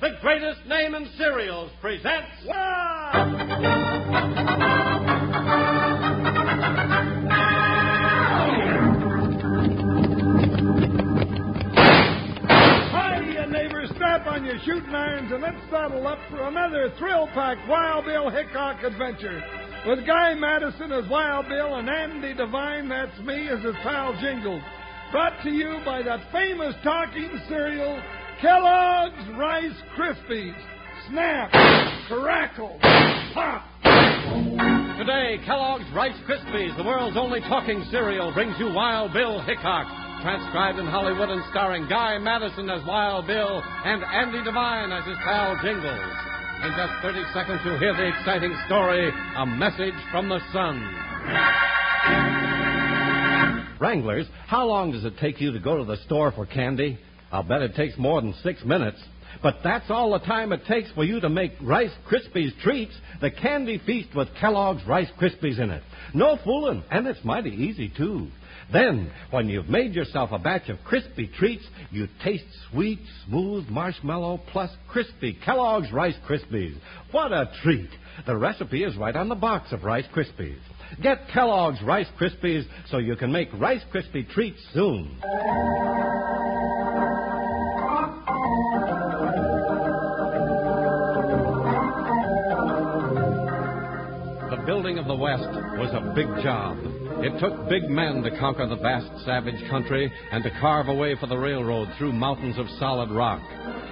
the greatest name in cereals, presents. Hiya, neighbors, strap on your shooting irons and let's saddle up for another thrill-packed Wild Bill Hickok adventure. With Guy Madison as Wild Bill and Andy Devine, that's me, as his pal Jingles. Brought to you by that famous talking cereal, Kellogg's Rice Krispies. Snap, crackle, pop. Today, Kellogg's Rice Krispies, the world's only talking cereal, brings you Wild Bill Hickok, transcribed in Hollywood and starring Guy Madison as Wild Bill and Andy Devine as his pal Jingles. In just 30 seconds, you'll hear the exciting story A Message from the Sun. Wranglers, how long does it take you to go to the store for candy? I'll bet it takes more than six minutes. But that's all the time it takes for you to make Rice Krispies treats, the candy feast with Kellogg's Rice Krispies in it. No fooling, and it's mighty easy, too. Then, when you've made yourself a batch of crispy treats, you taste sweet, smooth marshmallow plus crispy Kellogg's Rice Krispies. What a treat! The recipe is right on the box of Rice Krispies. Get Kellogg's Rice Krispies so you can make Rice Krispie treats soon. The building of the West was a big job. It took big men to conquer the vast savage country and to carve a way for the railroad through mountains of solid rock.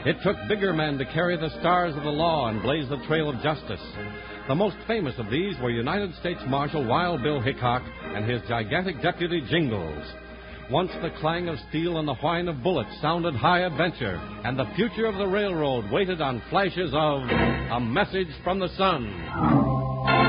It took bigger men to carry the stars of the law and blaze the trail of justice. The most famous of these were United States Marshal Wild Bill Hickok and his gigantic deputy Jingles. Once the clang of steel and the whine of bullets sounded high adventure, and the future of the railroad waited on flashes of a message from the sun.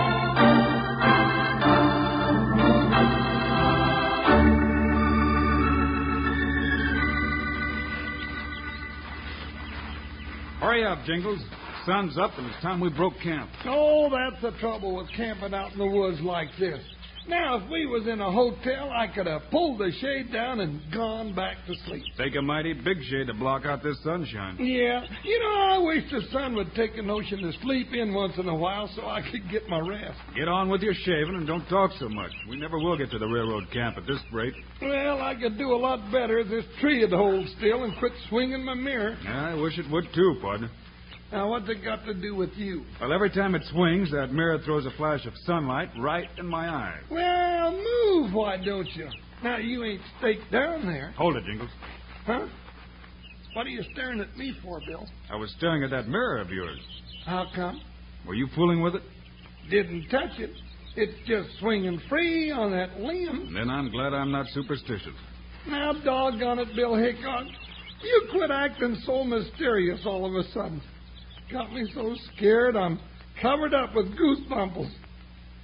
Hurry up, Jingles. Sun's up, and it's time we broke camp. Oh, that's the trouble with camping out in the woods like this. Now, if we was in a hotel, I could have pulled the shade down and gone back to sleep. Take a mighty big shade to block out this sunshine. Yeah, you know, I wish the sun would take a notion to sleep in once in a while so I could get my rest. Get on with your shaving and don't talk so much. We never will get to the railroad camp at this rate. Well, I could do a lot better if this tree would hold still and quit swinging my mirror. I wish it would too, partner. Now, what's it got to do with you? Well, every time it swings, that mirror throws a flash of sunlight right in my eye. Well, move, why don't you? Now, you ain't staked down there, Hold it, Jingles. huh? What are you staring at me for, Bill? I was staring at that mirror of yours. How come? Were you fooling with it? Didn't touch it. It's just swinging free on that limb. Then I'm glad I'm not superstitious. Now, doggone it, Bill Hickok. You quit acting so mysterious all of a sudden. Got me so scared I'm covered up with goosebumps.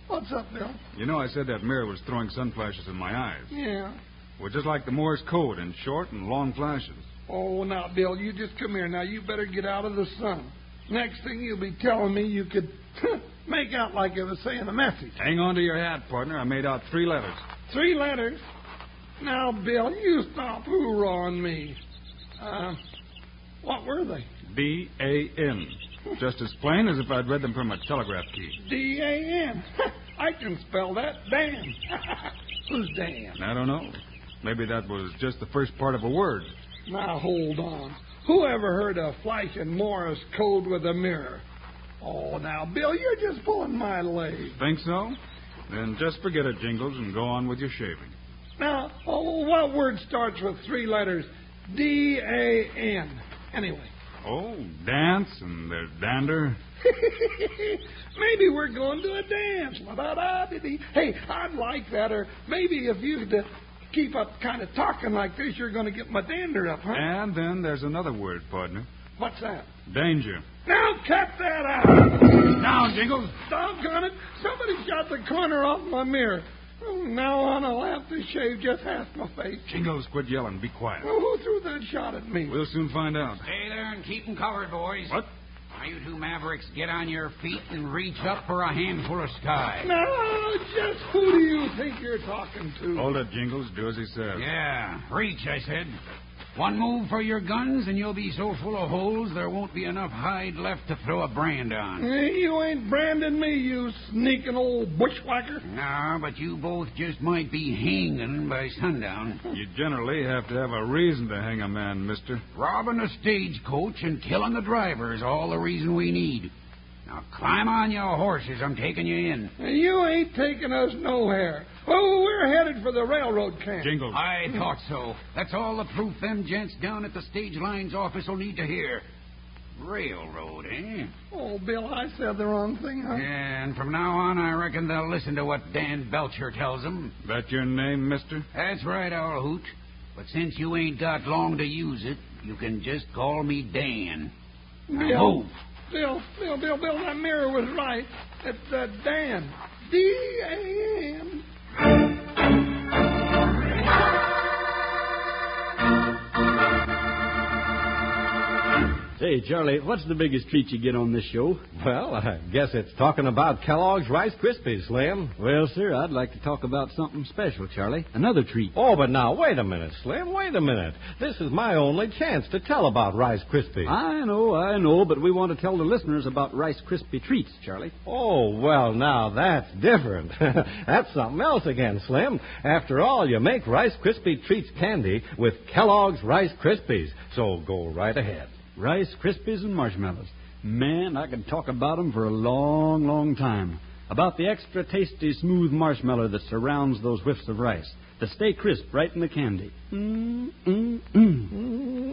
What's up, Bill? You know, I said that mirror was throwing sun flashes in my eyes. Yeah. We're just like the Morse code in short and long flashes. Oh, now, Bill, you just come here. Now, you better get out of the sun. Next thing you'll be telling me you could make out like it was saying a message. Hang on to your hat, partner. I made out three letters. Three letters. Now, Bill, you stop hoorahing me. Uh, what were they? B A N. Just as plain as if I'd read them from a telegraph key. D A N. I can spell that. Dan. Who's Dan? I don't know. Maybe that was just the first part of a word. Now hold on. Who ever heard of Flash and Morris code with a mirror? Oh, now Bill, you're just pulling my leg. Think so? Then just forget it, Jingles, and go on with your shaving. Now, oh, what word starts with three letters? D A N. Anyway, Oh, dance and there's dander. maybe we're going to a dance. La-da-da-dee-dee. Hey, I'd like that. Or maybe if you could uh, keep up kind of talking like this, you're going to get my dander up, huh? And then there's another word, partner. What's that? Danger. Now cut that out. Now, Jingles. Doggone it. Somebody shot the corner off my mirror. From now on, I'll have to shave just half my face. Jingles, quit yelling. Be quiet. Well, who threw that shot at me? We'll soon find out. Stay there and keep 'em covered, boys. What? Now, you two mavericks, get on your feet and reach up for a handful of sky. Now, just who Oh. do you think you're talking to? Hold it, Jingles. Do as he says. Yeah, reach, I said. One move for your guns, and you'll be so full of holes there won't be enough hide left to throw a brand on. Eh, You ain't branding me, you sneaking old bushwhacker. No, but you both just might be hanging by sundown. You generally have to have a reason to hang a man, mister. Robbing a stagecoach and killing the driver is all the reason we need. Now climb on your horses. I'm taking you in. You ain't taking us nowhere. Oh, we're headed for the railroad camp. Jingles. I thought so. That's all the proof them gents down at the stage lines office will need to hear. Railroad, eh? Oh, Bill, I said the wrong thing, huh? Yeah, and from now on, I reckon they'll listen to what Dan Belcher tells them. That your name, mister? That's right, Owl Hoot. But since you ain't got long to use it, you can just call me Dan. Now Yeah. move. Bill, Bill, Bill, Bill, that mirror was right. It's uh, Dan. D-A-N. Say, Charlie, what's the biggest treat you get on this show? Well, I guess it's talking about Kellogg's Rice Krispies, Slim. Well, sir, I'd like to talk about something special, Charlie. Another treat. Oh, but now, wait a minute, Slim. Wait a minute. This is my only chance to tell about Rice Krispies. I know, I know, but we want to tell the listeners about Rice Krispie treats, Charlie. Oh, well, now that's different. that's something else again, Slim. After all, you make Rice Krispie Treats candy with Kellogg's Rice Krispies. So go right ahead. Rice Krispies and marshmallows. Man, I could talk about 'em for a long, long time. About the extra tasty, smooth marshmallow that surrounds those whiffs of rice. To stay crisp right in the candy. Mmm, mmm, mmm.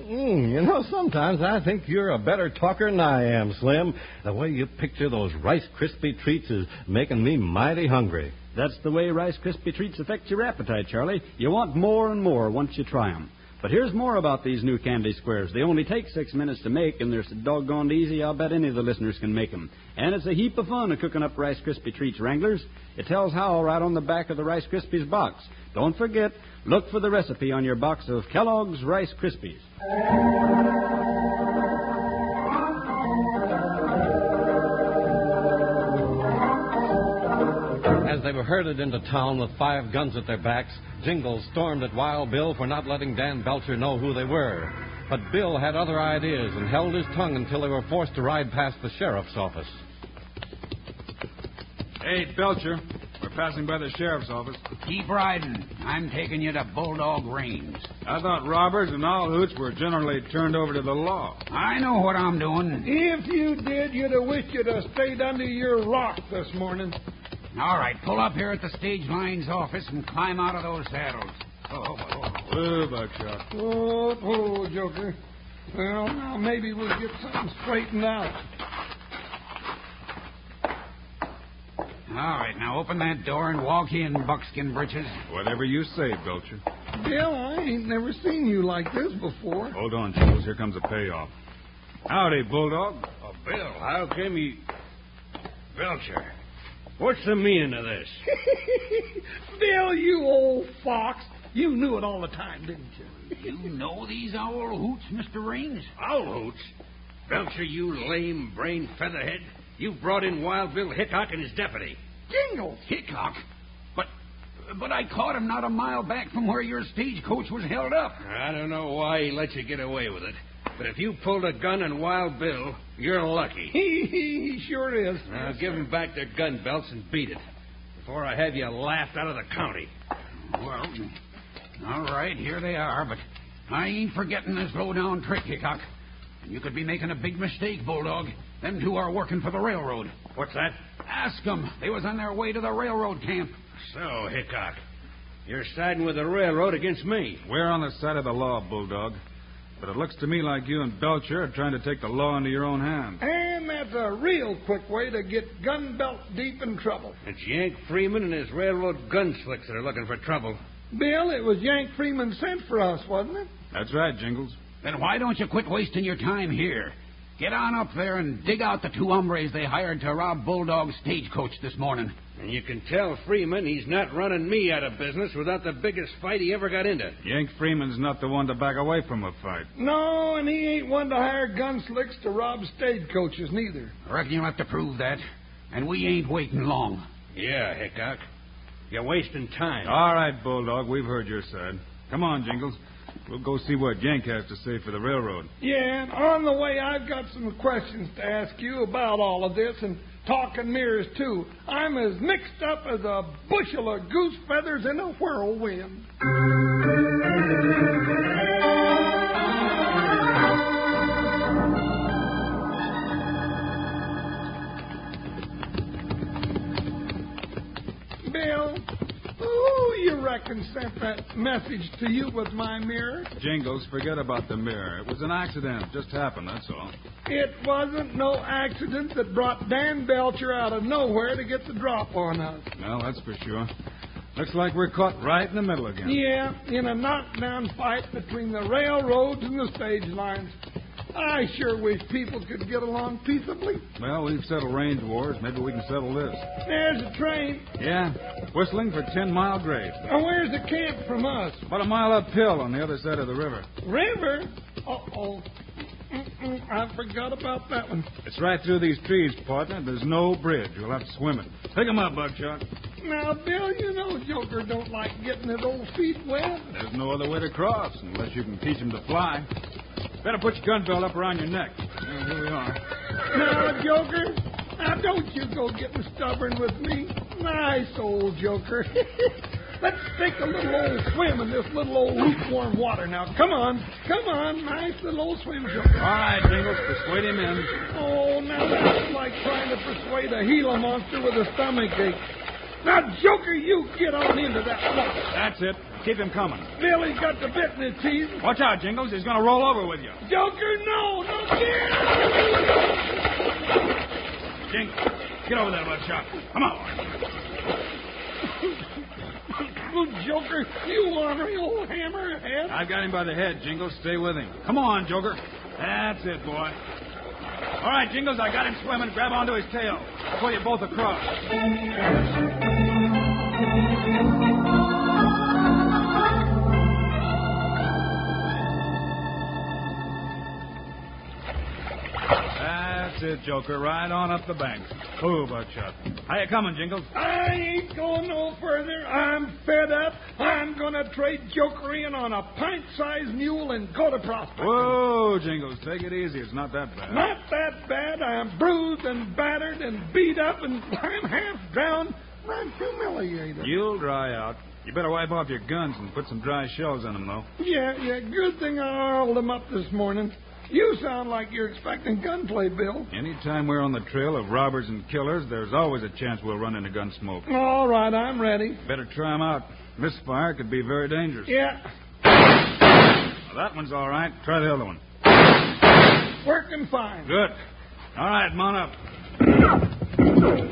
Mm, you know, sometimes I think you're a better talker than I am, Slim. The way you picture those Rice Krispie Treats is making me mighty hungry. That's the way Rice Krispie treats affect your appetite, Charlie. You want more and more once you try 'em. But here's more about these new candy squares. They only take six minutes to make, and they're so doggone easy, I'll bet any of the listeners can make 'em. And it's a heap of fun a cooking up Rice Krispie treats, Wranglers. It tells how right on the back of the Rice Krispies box. Don't forget, look for the recipe on your box of Kellogg's Rice Krispies. As they were herded into town with five guns at their backs, Jingles stormed at Wild Bill for not letting Dan Belcher know who they were. But Bill had other ideas and held his tongue until they were forced to ride past the sheriff's office. Hey, Belcher. We're passing by the sheriff's office. Keep riding. I'm taking you to Bulldog Range. I thought robbers and all hoots were generally turned over to the law. I know what I'm doing. If you did, you'd have wished you'd have stayed under your rock this morning. All right, pull up here at the stage lines office and climb out of those saddles. Oh, oh, oh. Oh, Buckshot. Oh, poor old Joker. Well, now maybe we'll get something straightened out. All right, now open that door and walk in, buckskin britches. Whatever you say, Belcher. Bill, I ain't never seen you like this before. Hold on, Jingles. Here comes a payoff. Howdy, Bulldog. Oh, Bill, how came you. Belcher. What's the meaning of this? Bill, you old fox. You knew it all the time, didn't you? You know these owl hoots, Mr. Raines? Owl hoots? Belcher, you lame brain featherhead. You brought in Wild Bill Hickok and his deputy. Jingles. Hickok? But but I caught him not a mile back from where your stagecoach was held up. I don't know why he let you get away with it. But if you pulled a gun on Wild Bill, you're lucky. He, he, he sure is. Now give 'em back their gun belts and beat it. Before I have you laughed out of the county. Well, all right, here they are, but I ain't forgetting this low-down trick, Hickok. And you could be making a big mistake, Bulldog. Them two are working for the railroad. What's that? Ask 'em. They was on their way to the railroad camp. So, Hickok, you're siding with the railroad against me. We're on the side of the law, Bulldog. But it looks to me like you and Belcher are trying to take the law into your own hands. And that's a real quick way to get gun belt deep in trouble. It's Yank Freeman and his railroad gun slicks that are looking for trouble. Bill, it was Yank Freeman sent for us, wasn't it? That's right, Jingles. Then why don't you quit wasting your time here? Get on up there and dig out the two hombres they hired to rob Bulldog's stagecoach this morning. And you can tell Freeman he's not running me out of business without the biggest fight he ever got into. Yank Freeman's not the one to back away from a fight. No, and he ain't one to hire gun slicks to rob stagecoaches, neither. I reckon you'll have to prove that. And we ain't waiting long. Yeah, Hickok. You're wasting time. All right, Bulldog, we've heard your side. Come on, Jingles. We'll go see what Yank has to say for the railroad. Yeah, and on the way, I've got some questions to ask you about all of this and talking mirrors, too. I'm as mixed up as a bushel of goose feathers in a whirlwind. Bill, who you reckon sent that message to you with my mirror? Jingles, forget about the mirror. It was an accident. It just happened, that's all. It wasn't no accident that brought Dan Belcher out of nowhere to get the drop on us. Well, that's for sure. Looks like we're caught right in the middle again. Yeah, in a knockdown fight between the railroads and the stage lines. I sure wish people could get along peaceably. Well, we've settled range wars. Maybe we can settle this. There's a train. Yeah, whistling for Ten Mile Grave. Now, where's the camp from us? About a mile uphill on the other side of the river. River? Uh-oh. Mm-mm, I forgot about that one. It's right through these trees, partner. There's no bridge. We'll have to swim it. Pick 'em up, Buckshot. Now, Bill, you know Joker don't like getting his old feet wet. There's no other way to cross unless you can teach 'em to fly. Better put your gun belt up around your neck. Yeah, here we are. Now, Joker, now don't you go getting stubborn with me. Nice old Joker. Let's take a little old swim in this little old lukewarm water now. Come on, come on, nice little old swim, Joker. All right, Jingles, persuade him in. Oh, now that's like trying to persuade a Gila monster with a stomach ache. Now, Joker, you get on into that water. That's it. Keep him coming. Billy's got the bit in his teeth. Watch out, Jingles. He's going to roll over with you. Joker, no, no, get out. Jingles, get over there, Buckshot. Come on. Oh, Joker, you ornery old hammerhead. I've got him by the head, Jingles. Stay with him. Come on, Joker. That's it, boy. All right, Jingles, I got him swimming. Grab onto his tail. I'll pull you both across. That's it, Joker. Right on up the bank. Ooh, Buckshot. How you coming, Jingles? I ain't going no further. I'm fed up. I'm going to trade Joker in on a pint-sized mule and go to prospect. Whoa, Jingles, take it easy. It's not that bad. Not that bad. I'm bruised and battered and beat up and I'm half drowned. I'm humiliated. You'll dry out. You better wipe off your guns and put some dry shells in them, though. Yeah, yeah. Good thing I hauled him up this morning. You sound like you're expecting gunplay, Bill. Anytime we're on the trail of robbers and killers, there's always a chance we'll run into gun smoke. All right, I'm ready. Better try 'em out. Misfire could be very dangerous. Yeah, Well, that one's all right. Try the other one. working fine. Good. All right, mount up.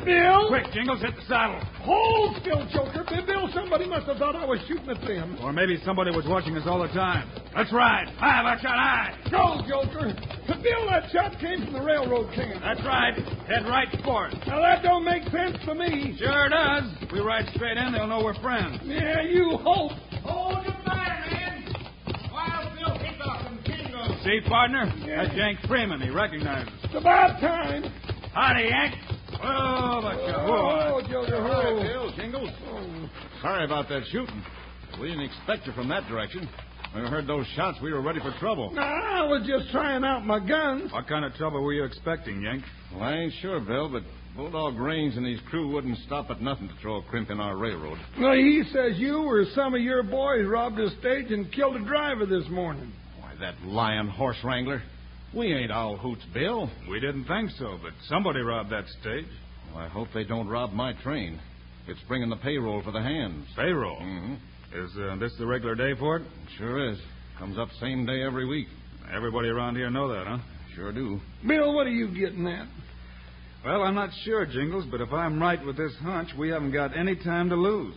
Bill? Quick, Jingles, hit the saddle. Hold still, Joker. Bill, Bill, somebody must have thought I was shooting at them. Or maybe somebody was watching us all the time. Let's ride. Hi, Buckshot, hi. Go, Joker. Bill, that shot came from the railroad camp. That's right. Head right for it. Now, that don't make sense to me. Sure does. We ride straight in, they'll know we're friends. Yeah, you hope. Hold your fire, man. Wild Bill Hickok and Jingles. See, partner? That's Yank Freeman. He recognizes. us. It's about time. Howdy, Yank. Whoa, Buckshot. Oh, Whoa. Joker, whoa. Jingles. Oh. Sorry about that shooting. We didn't expect you from that direction. When we heard those shots, we were ready for trouble. Now, I was just trying out my guns. What kind of trouble were you expecting, Yank? Well, I ain't sure, Bill, but Bulldog Range and his crew wouldn't stop at nothing to throw a crimp in our railroad. Now, he says you or some of your boys robbed a stage and killed a driver this morning. Why, that lion horse wrangler. We ain't all hoots, Bill. We didn't think so, but somebody robbed that stage. Well, I hope they don't rob my train. It's bringing the payroll for the hands. Payroll. Mm-hmm. Is uh, this the regular day for it? Sure is. Comes up same day every week. Everybody around here know that, huh? Sure do. Bill, what are you getting at? Well, I'm not sure, Jingles, but if I'm right with this hunch, we haven't got any time to lose.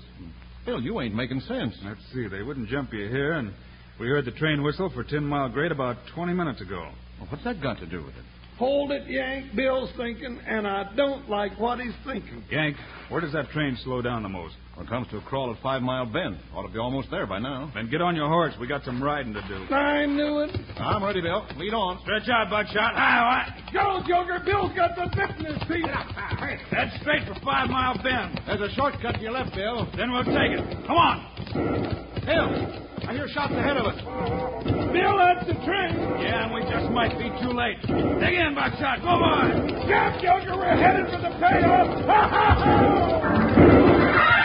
Bill, you ain't making sense. Let's see, they wouldn't jump you here, and we heard the train whistle for Ten Mile Grade about 20 minutes ago. Well, what's that got to do with it? Hold it, Yank. Bill's thinking, and I don't like what he's thinking. Yank, where does that train slow down the most? Well, it comes to a crawl at Five Mile Bend. Ought to be almost there by now. Then get on your horse. We got some riding to do. I knew it. I'm ready, Bill. Lead on. Stretch out, Buckshot. Hi, Go, Joker. Bill's got the thickness, see? That's straight for Five Mile Bend. There's a shortcut to your left, Bill. Then we'll take it. Come on. Bill, I hear shots ahead of us. Bill, that's the train. Yeah, and we just might be too late. Dig in, Buckshot. Go on. Jump, Joker. We're headed for the payoff. Ha, ha, ha!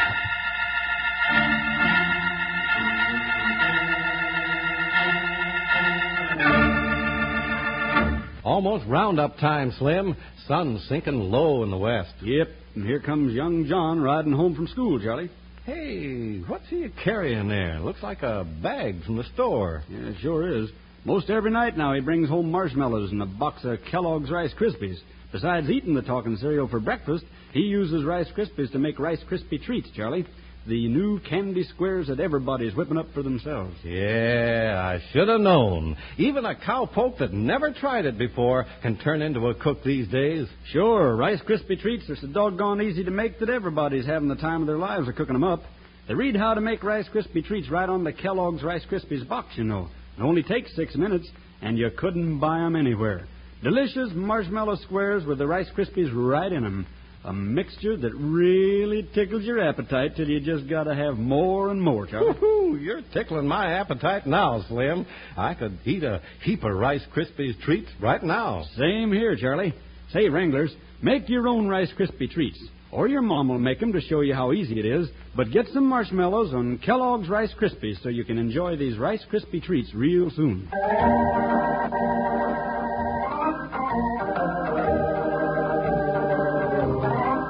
Almost roundup time, Slim. Sun sinking low in the west. Yep, and here comes young John riding home from school, Charlie. Hey, what's he carrying there? Looks like a bag from the store. Yeah, it sure is. Most every night now he brings home marshmallows and a box of Kellogg's Rice Krispies. Besides eating the talking cereal for breakfast, he uses Rice Krispies to make Rice Krispie treats, Charlie. The new candy squares that everybody's whipping up for themselves. Yeah, I should have known. Even a cowpoke that never tried it before can turn into a cook these days. Sure, Rice Krispie treats are so doggone easy to make that everybody's having the time of their lives a cooking 'em up. They read how to make Rice Krispie treats right on the Kellogg's Rice Krispies box, you know. It only takes six minutes, and you couldn't buy 'em anywhere. Delicious marshmallow squares with the Rice Krispies right in 'em. A mixture that really tickles your appetite till you just gotta have more and more, Charlie. Woohoo! You're tickling my appetite now, Slim. I could eat a heap of Rice Krispies treats right now. Same here, Charlie. Say, Wranglers, make your own Rice Krispie treats. Or your mom will make 'em to show you how easy it is. But get some marshmallows on Kellogg's Rice Krispies so you can enjoy these Rice Krispie treats real soon.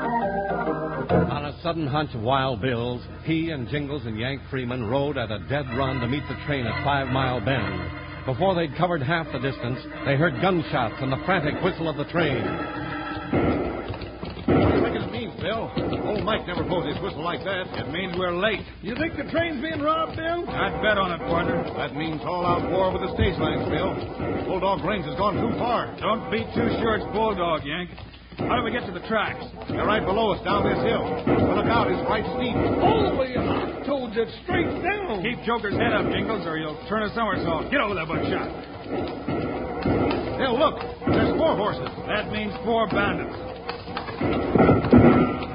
On a sudden hunch of wild Bill's, he and Jingles and Yank Freeman rode at a dead run to meet the train at Five Mile Bend. Before they'd covered half the distance, they heard gunshots and the frantic whistle of the train. What do you reckon it means, Bill? Old Mike never blows his whistle like that. It means we're late. You think the train's being robbed, Bill? I'd bet on it, partner. That means all-out war with the stage lines, Bill. Bulldog Range has gone too far. Don't be too sure it's Bulldog, Yank. How do we get to the tracks? They're right below us down this hill. But look out, it's right steep. Holy, I told you straight down. Keep Joker's head up, Jingles, or you'll turn a somersault. Get over there, Buckshot. Bill, look. There's four horses. That means four bandits.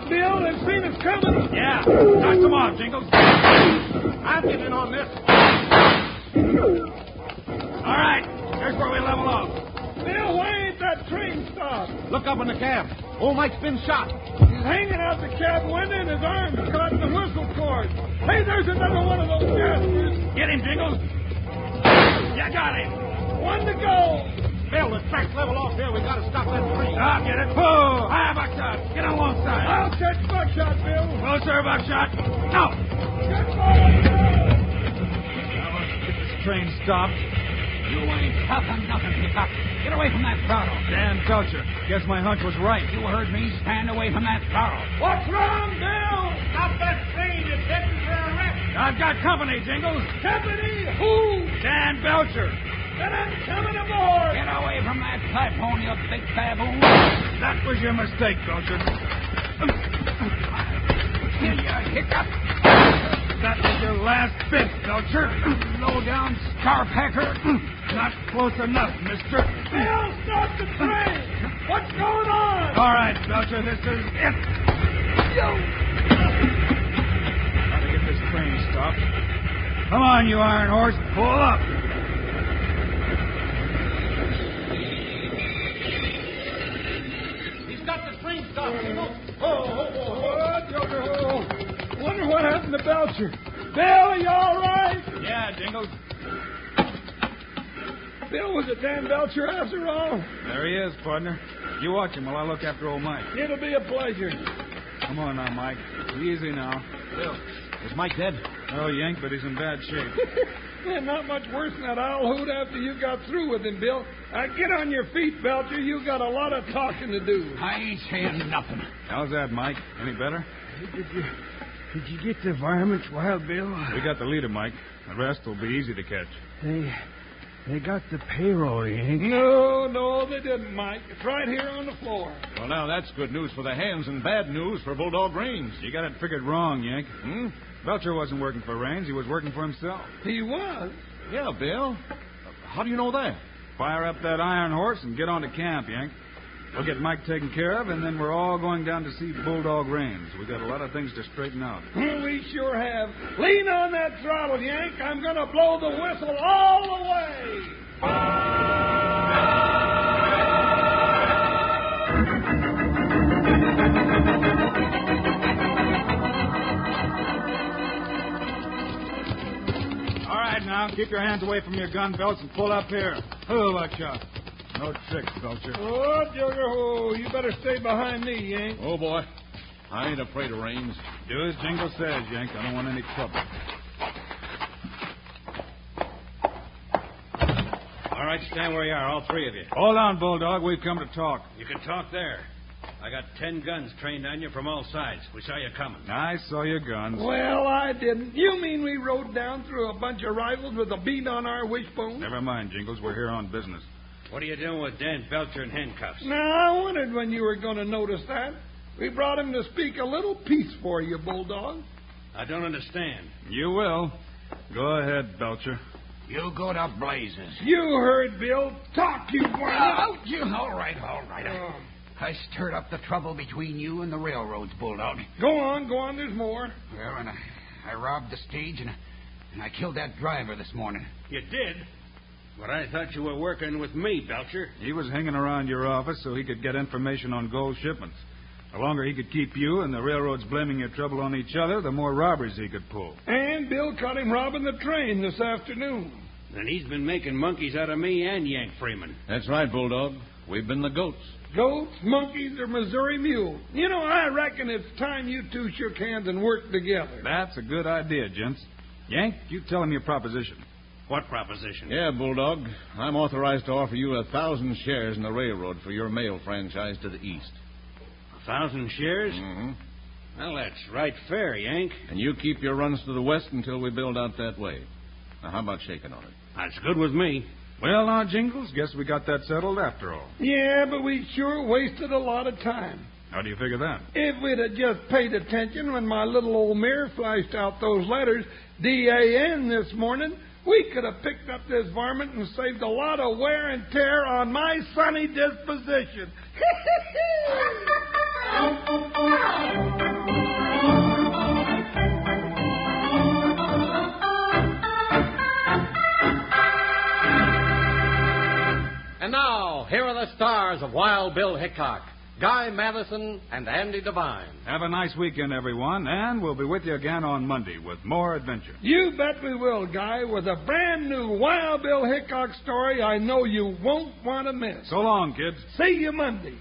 Bill, they've seen us coming. Yeah. Knock them off, Jingles. I'm getting in on this. All right. Here's where we level off. Bill, why ain't that train stopped? Look up in the cab. Old Mike's been shot. He's hanging out the cab window and his arm's caught in the whistle cord. Hey, there's another one of those gaskets. Get him, Jingles. You got him. One to go. Bill, the track's level off here. We gotta stop that train. I'll get it. Pull. Hi, Buckshot. Get alongside. I'll catch Buckshot, Bill. Closer, Buckshot. No. Get forward. Get this train stopped. You ain't stopping nothing, Hickok. Get away from that throttle. Damn culture. Guess my hunch was right. You heard me. Stand away from that throttle. What's wrong, Bill? Stop that train. It's heading for a wreck. I've got company, Jingles. Company, who? Dan Belcher. Then I'm coming aboard. Get away from that platform, you big baboon. That was your mistake, Belcher. Kill you, Hickok. That was your last bit, Belcher. Low down starpacker. Not close enough, mister. Bill, stop the train. What's going on? All right, Belcher, this is it. Gotta get this train stopped. Come on, you iron horse. Pull up. He's got the train stopped. Oh, oh, oh, oh, Joker, oh. Wonder what happened to Belcher. Bill, are you all right? Yeah, Jingles. Bill was a damn Belcher after all. There he is, partner. You watch him while I look after old Mike. It'll be a pleasure. Come on now, Mike. Easy now. Bill, is Mike dead? Oh, Yank, but he's in bad shape. They're not much worse than that owl hoot after you got through with him, Bill. Uh, get on your feet, Belcher. You got a lot of talking to do. I ain't saying nothing. How's that, Mike? Any better? Did you, did you get the varmints, Wild Bill? We got the leader, Mike. The rest will be easy to catch. They, They got the payroll, Yank. No, no, they didn't, Mike. It's right here on the floor. Well, now that's good news for the hands and bad news for Bulldog Reigns. You got it figured wrong, Yank. Hmm? Belcher wasn't working for Rains. He was working for himself. He was. Yeah, Bill. How do you know that? Fire up that iron horse and get on to camp, Yank. We'll get Mike taken care of, and then we're all going down to see Bulldog Rains. We got a lot of things to straighten out. Well, we sure have. Lean on that throttle, Yank. I'm going to blow the whistle all the way. All right, now keep your hands away from your gun belts and pull up here. Oh, watch out! No tricks, Belcher. Oh, Jugger, oh, you better stay behind me, Yank. Oh, boy. I ain't afraid of Reigns. Do as Jingle says, Yank. I don't want any trouble. All right, stand where you are, all three of you. Hold on, Bulldog. We've come to talk. You can talk there. I got ten guns trained on you from all sides. We saw you coming. I saw your guns. Well, I didn't. You mean we rode down through a bunch of rivals with a bead on our wishbone? Never mind, Jingles. We're here on business. What are you doing with Dan Belcher in handcuffs? Now, I wondered when you were going to notice that. We brought him to speak a little piece for you, Bulldog. I don't understand. You will. Go ahead, Belcher. You go to blazes. You heard Bill. Talk, you Oh, wild. you. All right, all right. Oh. I stirred up the trouble between you and the railroads, Bulldog. Go on, go on. There's more. Well, and I, I robbed the stage, and, and I killed that driver this morning. You did? But I thought you were working with me, Belcher. He was hanging around your office so he could get information on gold shipments. The longer he could keep you and the railroads blaming your trouble on each other, the more robberies he could pull. And Bill caught him robbing the train this afternoon. And he's been making monkeys out of me and Yank Freeman. That's right, Bulldog. We've been the goats. Goats, monkeys, or Missouri mule. You know, I reckon it's time you two shook hands and worked together. That's a good idea, gents. Yank, you tell him your proposition. What proposition? Yeah, Bulldog. I'm authorized to offer you a thousand shares in the railroad for your mail franchise to the east. A thousand shares? Mm-hmm. Well, that's right fair, Yank. And you keep your runs to the west until we build out that way. Now, how about shaking on it? That's good with me. Well, now, Jingles, guess we got that settled after all. Yeah, but we sure wasted a lot of time. How do you figure that? If we'd have just paid attention when my little old mare flashed out those letters, D-A-N, this morning, we could have picked up this varmint and saved a lot of wear and tear on my sunny disposition. And now, here are the stars of Wild Bill Hickok, Guy Madison, and Andy Devine. Have a nice weekend, everyone, and we'll be with you again on Monday with more adventure. You bet we will, Guy, with a brand new Wild Bill Hickok story I know you won't want to miss. So long, kids. See you Monday.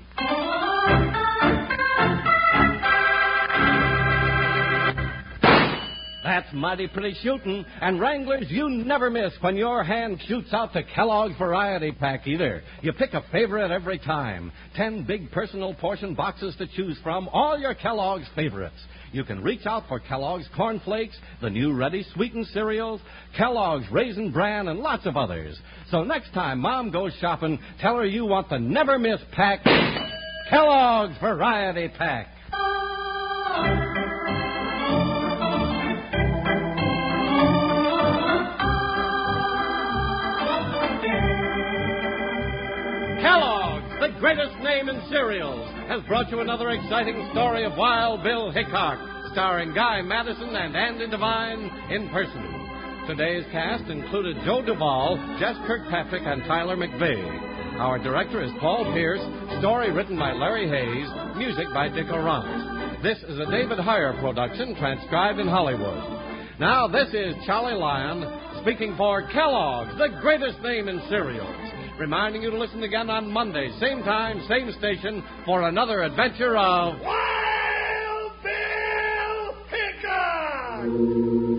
That's mighty pretty shooting. And Wranglers, you never miss when your hand shoots out to Kellogg's Variety Pack either. You pick a favorite every time. Ten big personal portion boxes to choose from, all your Kellogg's favorites. You can reach out for Kellogg's Corn Flakes, the new ready sweetened cereals, Kellogg's Raisin Bran, and lots of others. So next time Mom goes shopping, tell her you want the never miss pack, Kellogg's Variety Pack. Kellogg's, the greatest name in cereals, has brought you another exciting story of Wild Bill Hickok, starring Guy Madison and Andy Devine in person. Today's cast included Joe Duvall, Jess Kirkpatrick, and Tyler McVeigh. Our director is Paul Pierce, story written by Larry Hayes, music by Dick Orant. This is a David Heyer production transcribed in Hollywood. Now, this is Charlie Lyon speaking for Kellogg's, the greatest name in cereals, reminding you to listen again on Monday, same time, same station, for another adventure of. Wild Bill Hickok!